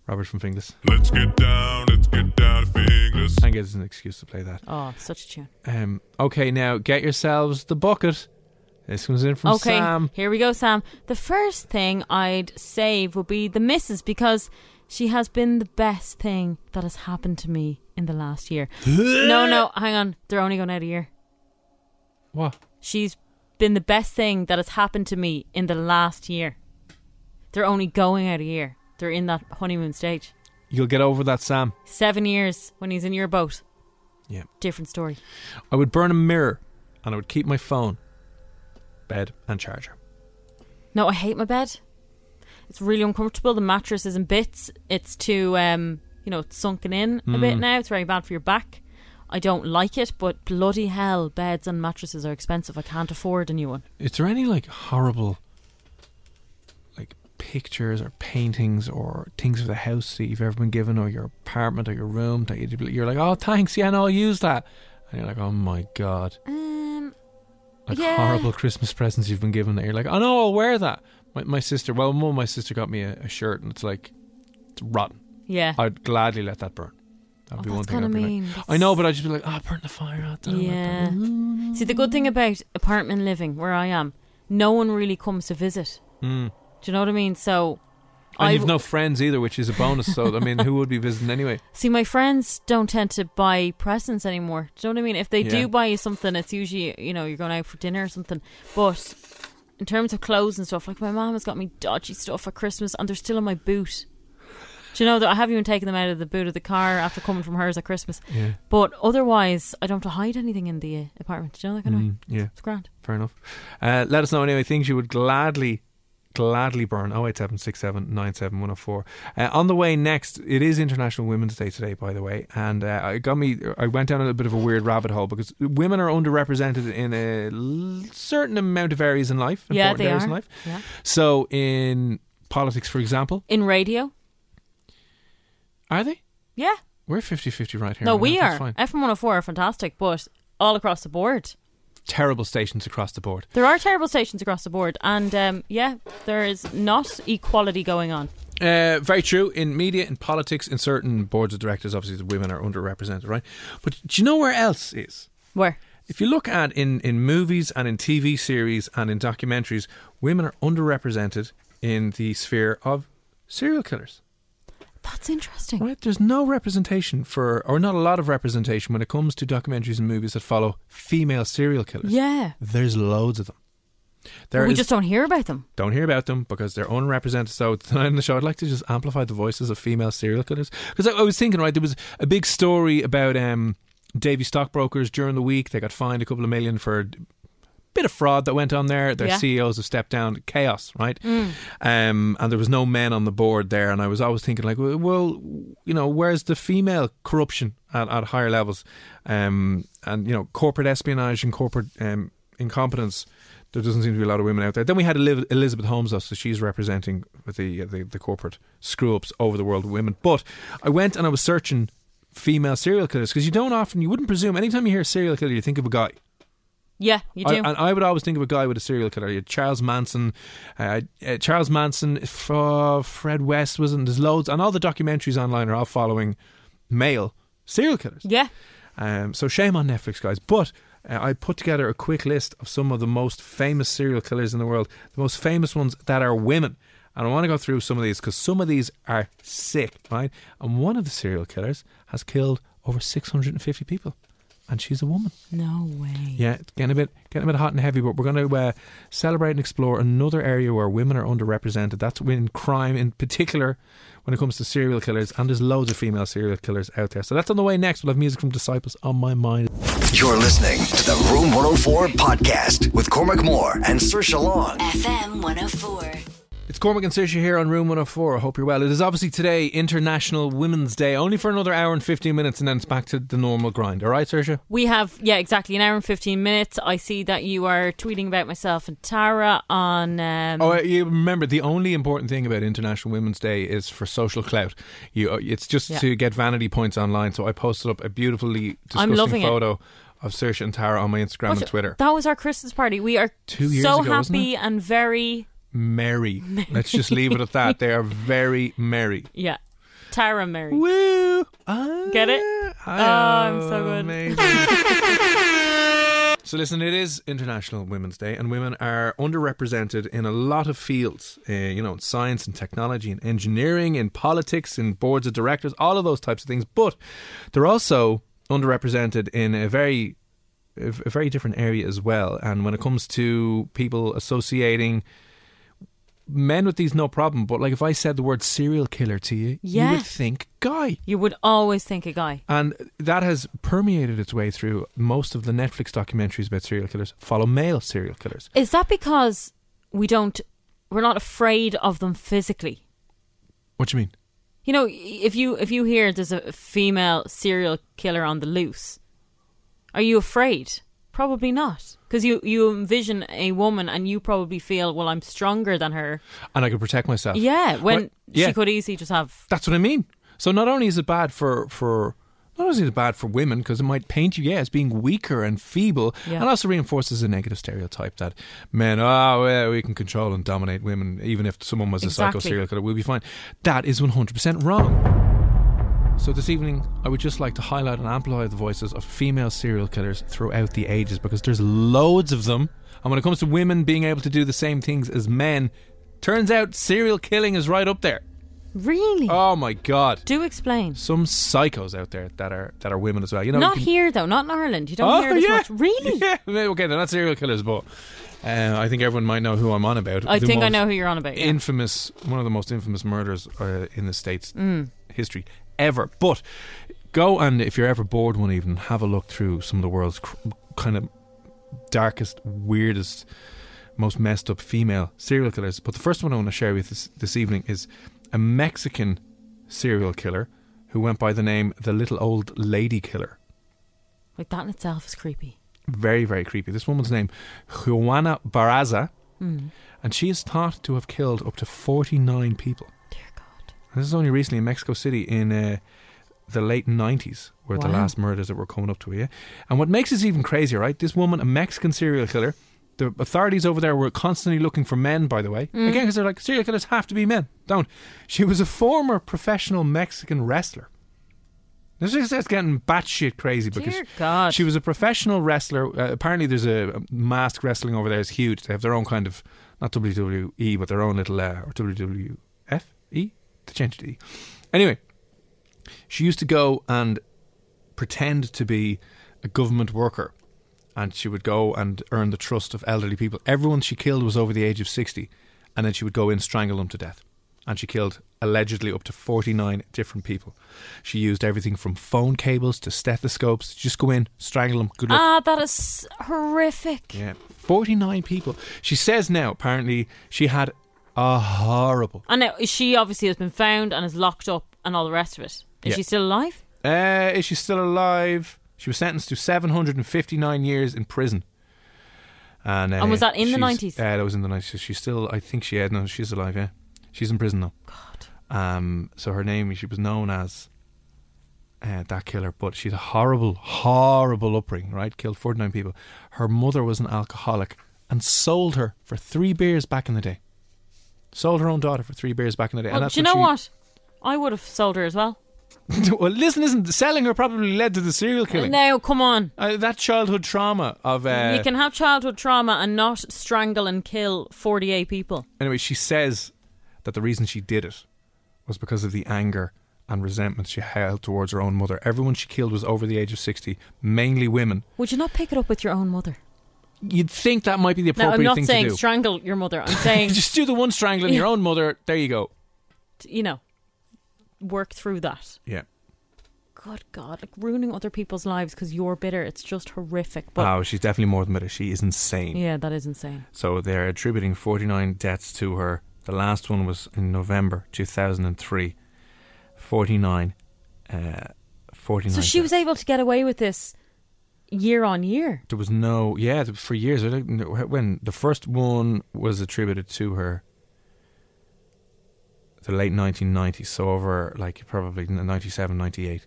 Robert from Finglas.
Let's get down, let's get down to Finglas.
I guess it's an excuse to play that.
Oh, such a tune.
Um, okay, now get yourselves the bucket. This comes in from
okay,
Sam.
here we go, Sam. The first thing I'd save would be the missus because she has been the best thing that has happened to me in the last year. no, no, hang on. They're only going out a year.
What?
She's been the best thing that has happened to me in the last year. They're only going out a year. They're in that honeymoon stage.
You'll get over that, Sam.
Seven years when he's in your boat.
Yeah.
Different story.
I would burn a mirror and I would keep my phone, bed, and charger.
No, I hate my bed. It's really uncomfortable. The mattress is in bits. It's too, um, you know, it's sunken in a bit
Mm.
now. It's very bad for your back. I don't like it, but bloody hell, beds and mattresses are expensive. I can't afford a new one.
Is there any like horrible like pictures or paintings or things of the house that you've ever been given or your apartment or your room that you'd be- you're like, oh, thanks, yeah, no, I'll use that. And you're like, oh my God.
Um,
Like
yeah.
horrible Christmas presents you've been given that you're like, oh no, I'll wear that. My, my sister, well, mum, my sister got me a, a shirt and it's like, it's rotten.
Yeah.
I'd gladly let that burn. That'd
Oh,
be one
that's
thing.
kinda
I'd be like-
mean.
I know, but I'd just be like, ah, burn the fire out there.
Yeah. See, the good thing about apartment living where I am, no one really comes to visit.
Mm.
Do you know what I mean? So,
And
I
you've
w-
no friends either, which is a bonus. So, I mean, who would be visiting anyway?
See, my friends don't tend to buy presents anymore. Do you know what I mean? If they
Yeah.
do buy you something, it's usually you know you're going out for dinner or something. But in terms of clothes and stuff, like my mom has got me dodgy stuff for Christmas, and they're still in my boot. Do you know that I haven't even taken them out of the boot of the car after coming from hers at Christmas?
Yeah.
But otherwise, I don't have to hide anything in the uh, apartment. Do you know that kind of way?
Mm, yeah.
It's grand.
Fair enough. Uh, let us know anyway things you would gladly, gladly burn. 08767 97104. Uh, on the way next, it is International Women's Day today, by the way, and uh, I got me. I went down a little bit of a weird rabbit hole because women are underrepresented in a l- certain amount of areas in life.
Yeah,
important
they
areas
are.
In life.
Yeah.
So in politics, for example,
In radio,
are they?
yeah.
We're 50-50 right here.
no,
right
we
now. That's
are.
fine.
F one hundred and four are fantastic, but all across the board.
Terrible stations across the board.
There are terrible stations across the board, and um, yeah, there is not equality going on.
Uh, very true. In media, in politics, in certain boards of directors, obviously the women are underrepresented, right? But do you know where else is?
Where?
If you look at in, in movies and in TV series and in documentaries, women are underrepresented in the sphere of serial killers.
That's interesting.
Right? There's no representation for, or not a lot of representation when it comes to documentaries and movies that follow female serial killers.
Yeah.
There's loads of them.
we
is-
just don't hear about them.
don't hear about them because they're unrepresented. So tonight on the show, I'd like to just amplify the voices of female serial killers because I, I was thinking, right, there was a big story about um, Davy stockbrokers during the week. They got fined a couple of million for bit of fraud that went on there. Their
Yeah.
CEOs have stepped down. Chaos, right? Um, and there was no men on the board there. And I was always thinking, like, well, you know, where's the female corruption at, at higher levels? Um, and, you know, corporate espionage and corporate um, incompetence. There doesn't seem to be a lot of women out there. Then we had Eliv- Elizabeth Holmes, though, so she's representing with the, uh, the the corporate screw ups over the world of women. But I went and I was searching female serial killers because you don't often, you wouldn't presume. Anytime you hear serial killer, you think of a guy.
Yeah, you
I-
do.
and I would always think of a guy with a serial killer. You had Charles Manson, uh, uh, Charles Manson, f- uh, Fred West was in. There's loads, and all the documentaries online are all following male serial killers.
Yeah.
Um, so shame on Netflix, guys. But uh, I put together a quick list of some of the most famous serial killers in the world, the most famous ones that are women. And I want to go through some of these because some of these are sick, right? And one of the serial killers has killed over 650 people, and she's a woman.
no way.
Yeah, it's getting a bit getting a bit hot and heavy, but we're going to uh, celebrate and explore another area where women are underrepresented. That's in crime, in particular, when it comes to serial killers. And there's loads of female serial killers out there. So that's on the way next. We'll have music from Disciples on my mind.
You're listening to the Room 104 podcast with Cormac Moore and Sir Long.
FM 104.
It's Cormac and Saoirse here on Room 104. I hope you're well. It is obviously today International Women's Day, only for another hour and 15 minutes, and then it's back to the normal grind. All right, Saoirse?
We have, yeah, exactly an hour and 15 minutes. I see that you are tweeting about myself and Tara on. Um,
Oh, uh, you remember the only important thing about International Women's Day is for social clout. You, uh, it's just
Yeah.
to get vanity points online. So I posted up a beautifully
I'm
disgusting
loving it.
photo of Saoirse and Tara on my Instagram
what's
and
it-
Twitter.
That was our Christmas party. We are
Two years
so
ago, wasn't
happy and very.
merry. Let's just leave it at that. They are very merry.
Yeah. Tara Mary.
Woo!
Get it? oh, I'm so good.
So listen, it is International Women's Day, and women are underrepresented in a lot of fields. Uh, you know, in science and technology, and engineering, in politics, in boards of directors, all of those types of things. But they're also underrepresented in a very a a very different area as well. And when it comes to people associating men with these, no problem. But like, if I said the word serial killer to you,
Yeah.
you would think guy.
You would always think a guy.
And that has permeated its way through most of the Netflix documentaries about serial killers. Follow male serial killers.
Is that because we don't. We're not afraid of them physically?
What do you mean?
You know, if you if you hear there's a female serial killer on the loose, are you afraid? Probably not, because you you envision a woman and you probably feel, well, I'm stronger than her.
And I could protect myself.
Yeah, when
Right, Oh. yeah.
she could easily just have.
That's what I mean. So not only is it bad for for not only is it bad for women because it might paint you yeah as being weaker and feeble,
Yeah.
and also reinforces a negative stereotype that men oh well, we can control and dominate women even if someone was a psycho
Exactly.
serial killer we'll be fine. That is one hundred percent wrong. So this evening, I would just like to highlight and amplify the voices of female serial killers throughout the ages because there's loads of them. And when it comes to women being able to do the same things as men, turns out serial killing is right up there.
Really?
Oh my god.
Do explain.
Some psychos out there that are that are women as well. You know,
not
you can-
here though, not in Ireland. You don't
Oh,
hear it as
yeah.
much. Really?
Yeah, okay, they're not serial killers, but uh, I think everyone might know who I'm on about.
I
The
think I
most
know who you're on about, yeah.
Infamous, one of the most infamous murders uh, in the states
Mm.
history ever. But go and if you're ever bored one evening, have a look through some of the world's cr- kind of darkest, weirdest, most messed up female serial killers. But the first one I want to share with you this, this evening is a Mexican serial killer who went by the name the Little Old Lady Killer.
Like that in itself is creepy.
Very, very creepy. This woman's name, Juana Barraza,
Mm.
and she is thought to have killed up to 49 people. Dear God. this is only recently in Mexico City in uh, the late 90s, were the
Wow.
last murders that were coming up to here. And what makes this even crazier, right? This woman, a Mexican serial killer, the authorities over there were constantly looking for men, by the way. Again,
Mm.
Again, because they're like, serial killers have to be men. Don't. She was a former professional Mexican wrestler. This is that's getting batshit crazy because
Dear God.
she was a professional wrestler. Uh, apparently, there's a mask wrestling over there is huge. They have their own kind of not WWE, but their own little uh, or WWF E. They changed it to E. Anyway, she used to go and pretend to be a government worker and she would go and earn the trust of elderly people. Everyone she killed was over the age of 60, and then she would go in and strangle them to death. And she killed allegedly up to 49 different people. She used everything from phone cables to stethoscopes. Just go in, strangle them, good luck.
Ah, that is horrific.
Yeah, 49 people. She says now, apparently, she had a horrible.
And now, she obviously has been found and is locked up and all the rest of it. Is
Yeah.
she still alive?
Uh, is she still alive? She was sentenced to 759 years in prison. And, uh,
And was that in the
she's-
90s?
Uh, that was in the 90s. She's still, I think she, yeah, no, she's alive, yeah. She's in prison, though. God. Um, so her name, she was known as uh, that killer, but she's a horrible, horrible upbringing, right? Killed 49 people. Her mother was an alcoholic and sold her for three beers back in the day. Sold her own daughter for three beers back in the day. and
Well,
that's
Oh, do you know
she,
what? I would have sold her as well.
well, listen, listen. Selling her probably led to the serial killing.
Now, come on.
Uh, that childhood trauma of. Uh,
you can have childhood trauma and not strangle and kill 48 people.
Anyway, she says that the reason she did it was because of the anger and resentment she held towards her own mother. Everyone she killed was over the age of 60, mainly women.
Would you not pick it up with your own mother?
You'd think that might be the
No,
appropriate
I'm not
thing
saying
to do.
strangle your mother. I'm saying,
Just do the one strangling your own mother. There you go.
you know, work through that.
Yeah.
Good God, like ruining other people's lives because you're bitter. It's just horrific. But
oh, she's definitely more than bitter. She is insane.
yeah, that is insane.
So they're attributing 49 deaths to her. The last one was in November 2003. 49. Uh, 49.
So she was able to get away with this year on year.
There was no. Yeah, th- for years. I don't know wh- When the first one was attributed to her, the late 1990s. So over like probably n- 97, 98.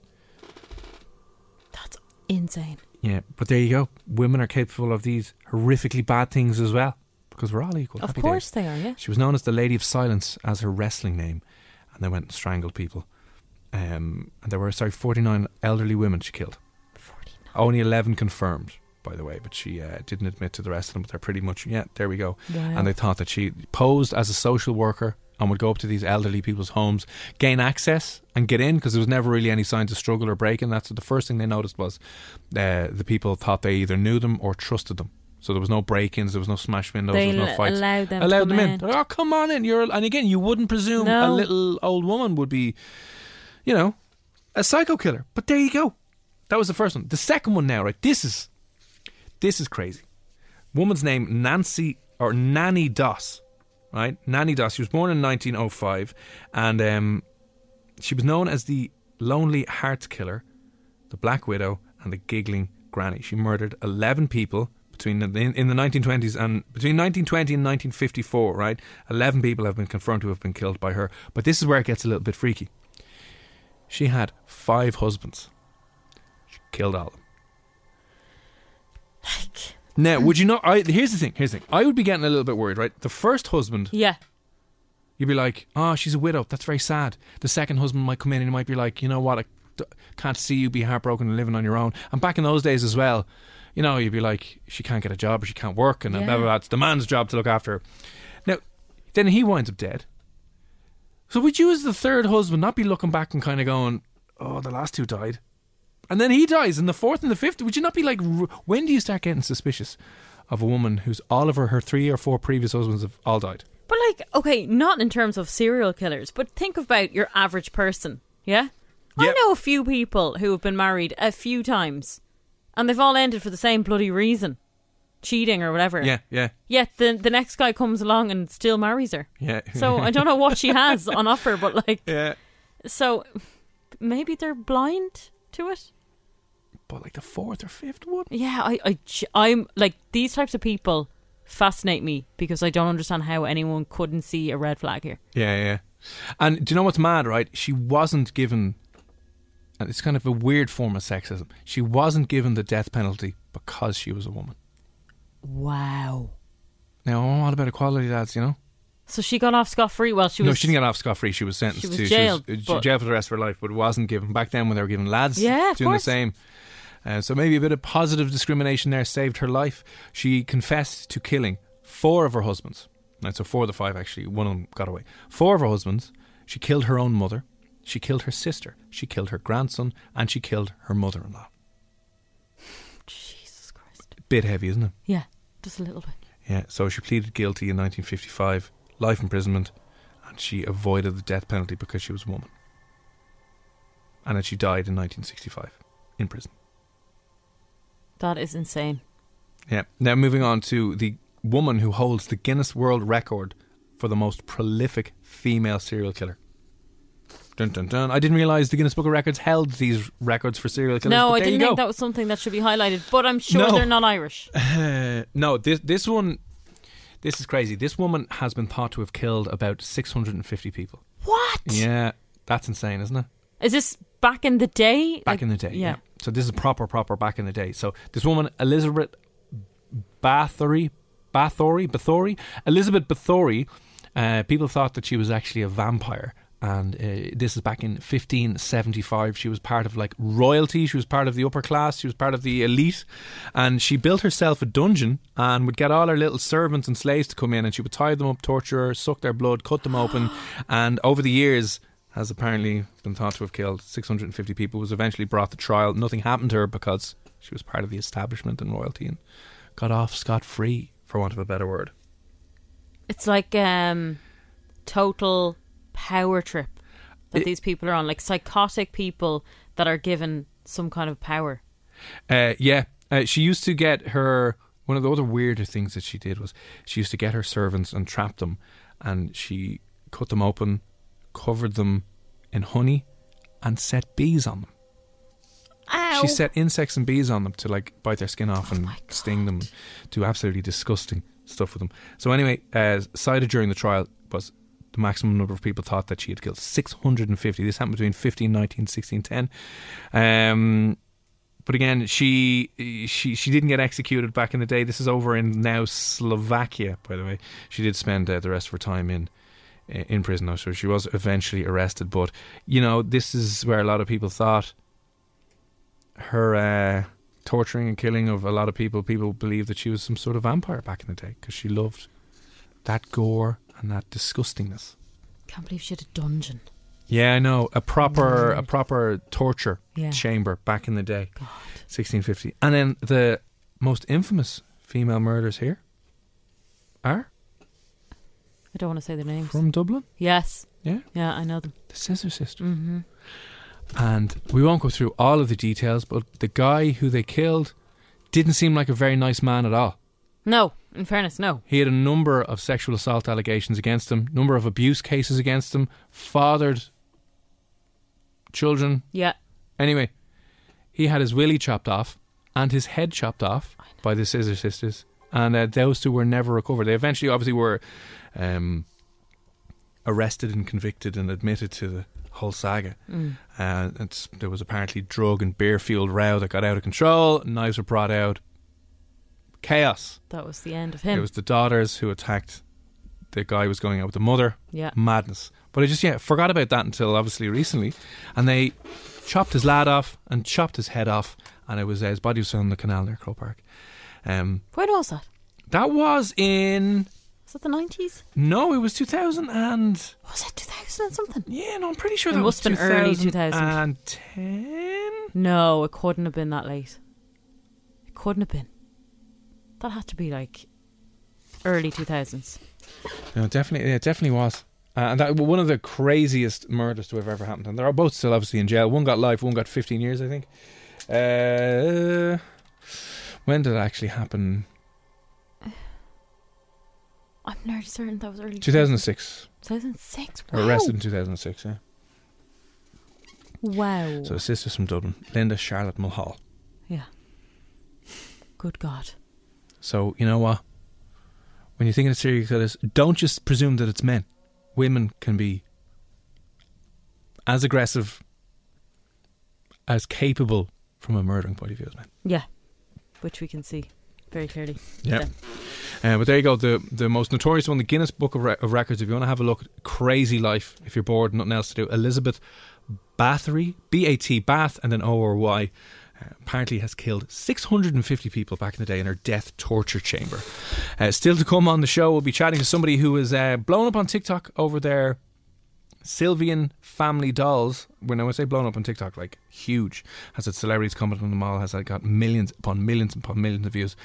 Insane.
Yeah, but there you go. Women are capable of these horrifically bad things as well because we're all equal.
Of
Happy
course
days.
they are, yeah.
She was known as the Lady of Silence as her wrestling name, and they went and strangled people. Um, and there were sorry, forty nine elderly women she killed. Forty nine. Only eleven confirmed, by the way, but she uh, didn't admit to the rest of them. But they're pretty much yeah. There we go.
Wow.
And they thought that she posed as a social worker and would go up to these elderly people's homes, gain access, and get in because there was never really any signs of struggle or breaking. That's the first thing they noticed was uh, the people thought they either knew them or trusted them. So there was no break-ins, there was no smash windows,
They
there was no
l-
fights.
allowed them to
Allowed
come
them in.
in.
Oh, come on in! You're and again, you wouldn't presume a
No.
little old woman would be, you know, a psycho killer. But there you go. That was the first one. The second one now, right? This is, this is crazy. Woman's name Nancy or Nanny Doss, right? Nanny Doss. She was born in 1905, and um, she was known as the Lonely Heart Killer, the Black Widow, and the Giggling Granny. She murdered 11 people between the, in, in the 1920s and between 1920 and 1954. Right, 11 people have been confirmed to have been killed by her. But this is where it gets a little bit freaky. She had five husbands. She killed all of them. Now, would you not? I, here's the thing. Here's the thing. I would be getting a little bit worried, right? The first husband,
Yeah.
you'd be like, "Oh, she's a widow. That's very sad." The second husband might come in and he might be like, "You know what? I d- can't see you be heartbroken and living on your own." And back in those days as well, you know, you'd be like, "She can't get a job or she can't work," and then
Yeah.
blah, blah, blah. it's the man's job to look after her. Now, then he winds up dead. So would you, as the third husband, not be looking back and kind of going, "Oh, the last two died," and then he dies, and the fourth and the fifth? Would you not be like, r- "When do you start getting suspicious?" Of a woman whose all of her, her three or four previous husbands have all died.
But like, okay, not in terms of serial killers, but think about your average person. Yeah? I know a few people who have been married a few times and they've all ended for the same bloody reason. Cheating or whatever.
Yeah, yeah.
Yet the the next guy comes along and still marries her.
Yeah.
So I don't know what she has on offer, but like
Yeah.
so maybe they're blind to it.
But like the fourth or fifth one?
Yeah, I, I j- I'm like these types of people fascinate me because I don't understand how anyone couldn't see a red flag here.
Yeah, yeah. And do you know what's mad, right? She wasn't given, and it's kind of a weird form of sexism. She wasn't given the death penalty because she was a woman.
Wow.
Now, I'm all about equality, lads, you know?
So she got off scot free. Well, she was
no, she didn't get off scot free. She was sentenced
She was
to
jailed,
she was, uh,
but-
jailed for the rest of her life, but wasn't given. Back then, when they were giving lads
Yeah, of
doing the
course.
same. Uh, so maybe a bit of positive discrimination there saved her life. She confessed to killing four of her husbands. Right, so four of the five actually. One of them got away. Four of her husbands. She killed her own mother. She killed her sister. She killed her grandson, and she killed her mother-in-law.
Jesus Christ.
Bit heavy, isn't it?
Yeah, just a little bit.
Yeah, so she pleaded guilty in 1955, life imprisonment, and she avoided the death penalty because she was a woman. And then she died in 1965 in prison.
That is insane.
Yeah. Now moving on to the woman who holds the Guinness World Record for the most prolific female serial killer. Dun dun dun! I didn't realize the Guinness Book of Records held these records for serial killers.
no,
but
I
there
didn't
you go.
think that was something that should be highlighted, but I'm sure
No.
they're not Irish.
Uh, no, this this one, this is crazy. This woman has been thought to have killed about 650 people.
What?
Yeah, that's insane, isn't it?
Is this back in the day?
Back in the day. Yeah. So this is proper, proper back in the day. So this woman, Elizabeth Bathory, Bathory, Bathory, Elizabeth Bathory, uh, people thought that she was actually a vampire. And uh, this is back in 1575. She was part of like royalty. She was part of the upper class. She was part of the elite. And she built herself a dungeon and would get all her little servants and slaves to come in and she would tie them up, torture, suck their blood, cut them open. And over the years, has apparently been thought to have killed 650 people, was eventually brought to trial. Nothing happened to her because she was part of the establishment and royalty and got off scot free, for want of a better word.
It's like um, total power trip that
It-
these people are on, like psychotic people that are given some kind of power.
Uh, yeah, uh, she used to get her. One of the other weirder things that she did was she used to get her servants and trap them, and she cut them open, covered them in honey, and set bees on them. She set insects and bees on them to like bite their skin off and sting them, do absolutely disgusting stuff with them. So anyway, uh, cited during the trial was the maximum number of people thought that she had killed 650. This happened between 15, 19, 16, 10. Um, but again, she she she didn't get executed back in the day. This is over in now Slovakia, by the way. She did spend uh, the rest of her time in in prison. So she was eventually arrested. But you know, this is where a lot of people thought her uh, torturing and killing of a lot of people. People believe that she was some sort of vampire back in the day because she loved that gore and that disgustingness.
Can't believe she had a dungeon.
Yeah, I know a proper a proper torture
Yeah.
chamber back in the day, 1650. And then the most infamous female murders here are
I don't want to say their names.
from Dublin.
Yes.
Yeah.
Yeah, I know them.
The Scissor Sisters.
hmm
And we won't go through all of the details, but the guy who they killed didn't seem like a very nice man at all.
No, in fairness, no.
He had a number of sexual assault allegations against him, number of abuse cases against him, fathered children.
Yeah.
Anyway, he had his willy chopped off and his head chopped off by the Scissor Sisters, and uh, those two were never recovered. They eventually, obviously, were um, arrested and convicted and admitted to the whole saga.
Mm.
Uh, it's, there was apparently drug and beer fueled row that got out of control. Knives were brought out. Chaos.
That was the end of him.
It was the daughters who attacked. The guy who was going out with the mother.
Yeah.
Madness. But I just yeah forgot about that until obviously recently, and they chopped his lad off and chopped his head off, and it was uh, his body was found in the canal near Crow Park. Um,
When was that?
that was in
Was that the 90s?
no, it was two thousand and
Was it 2000 and something?
Yeah, no, I'm pretty sure
it
that
must
was
have been early 2000.
2010.
No, it couldn't have been that late. It couldn't have been. That had to be like early 2000s.
No, definitely, it definitely was. Uh, and that one of the craziest murders to have ever happened. And they're both still obviously in jail. One got life, one got 15 years, I think. Uh, when did it actually happen?
I'm nearly certain that was early
2006.
2006.
They were
Wow.
Arrested in 2006, yeah.
Wow.
So sisters from Dublin, Linda Charlotte Mulhall.
yeah. Good God.
So, you know what? When you're thinking of serial killers, don't just presume that it's men. Women can be as aggressive, as capable from a murdering point of view as men.
Yeah. Which we can see very clearly.
Yeah. Uh, but there you go. The the most notorious one, the Guinness Book of, Re- of Records. If you want to have a look, crazy life. If you're bored, nothing else to do. Elizabeth Bathory, B A T Bath, and then O R Y. Uh, apparently has killed 650 people back in the day in her death torture chamber. Uh, still to come on the show, we'll be chatting to somebody who was uh, blown up on TikTok over their Sylvian family dolls. When I say blown up on TikTok, like huge, has had celebrities commenting on them all, has had got millions upon millions upon millions of views.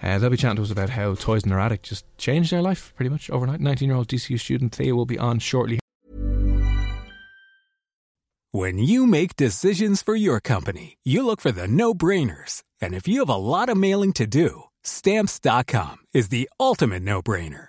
Uh, they'll be chatting to us about how toys in their attic just changed their life pretty much overnight. 19 year old DCU student Thea will be on shortly.
When you make decisions for your company, you look for the no brainers. And if you have a lot of mailing to do, Stamps.com is the ultimate no brainer.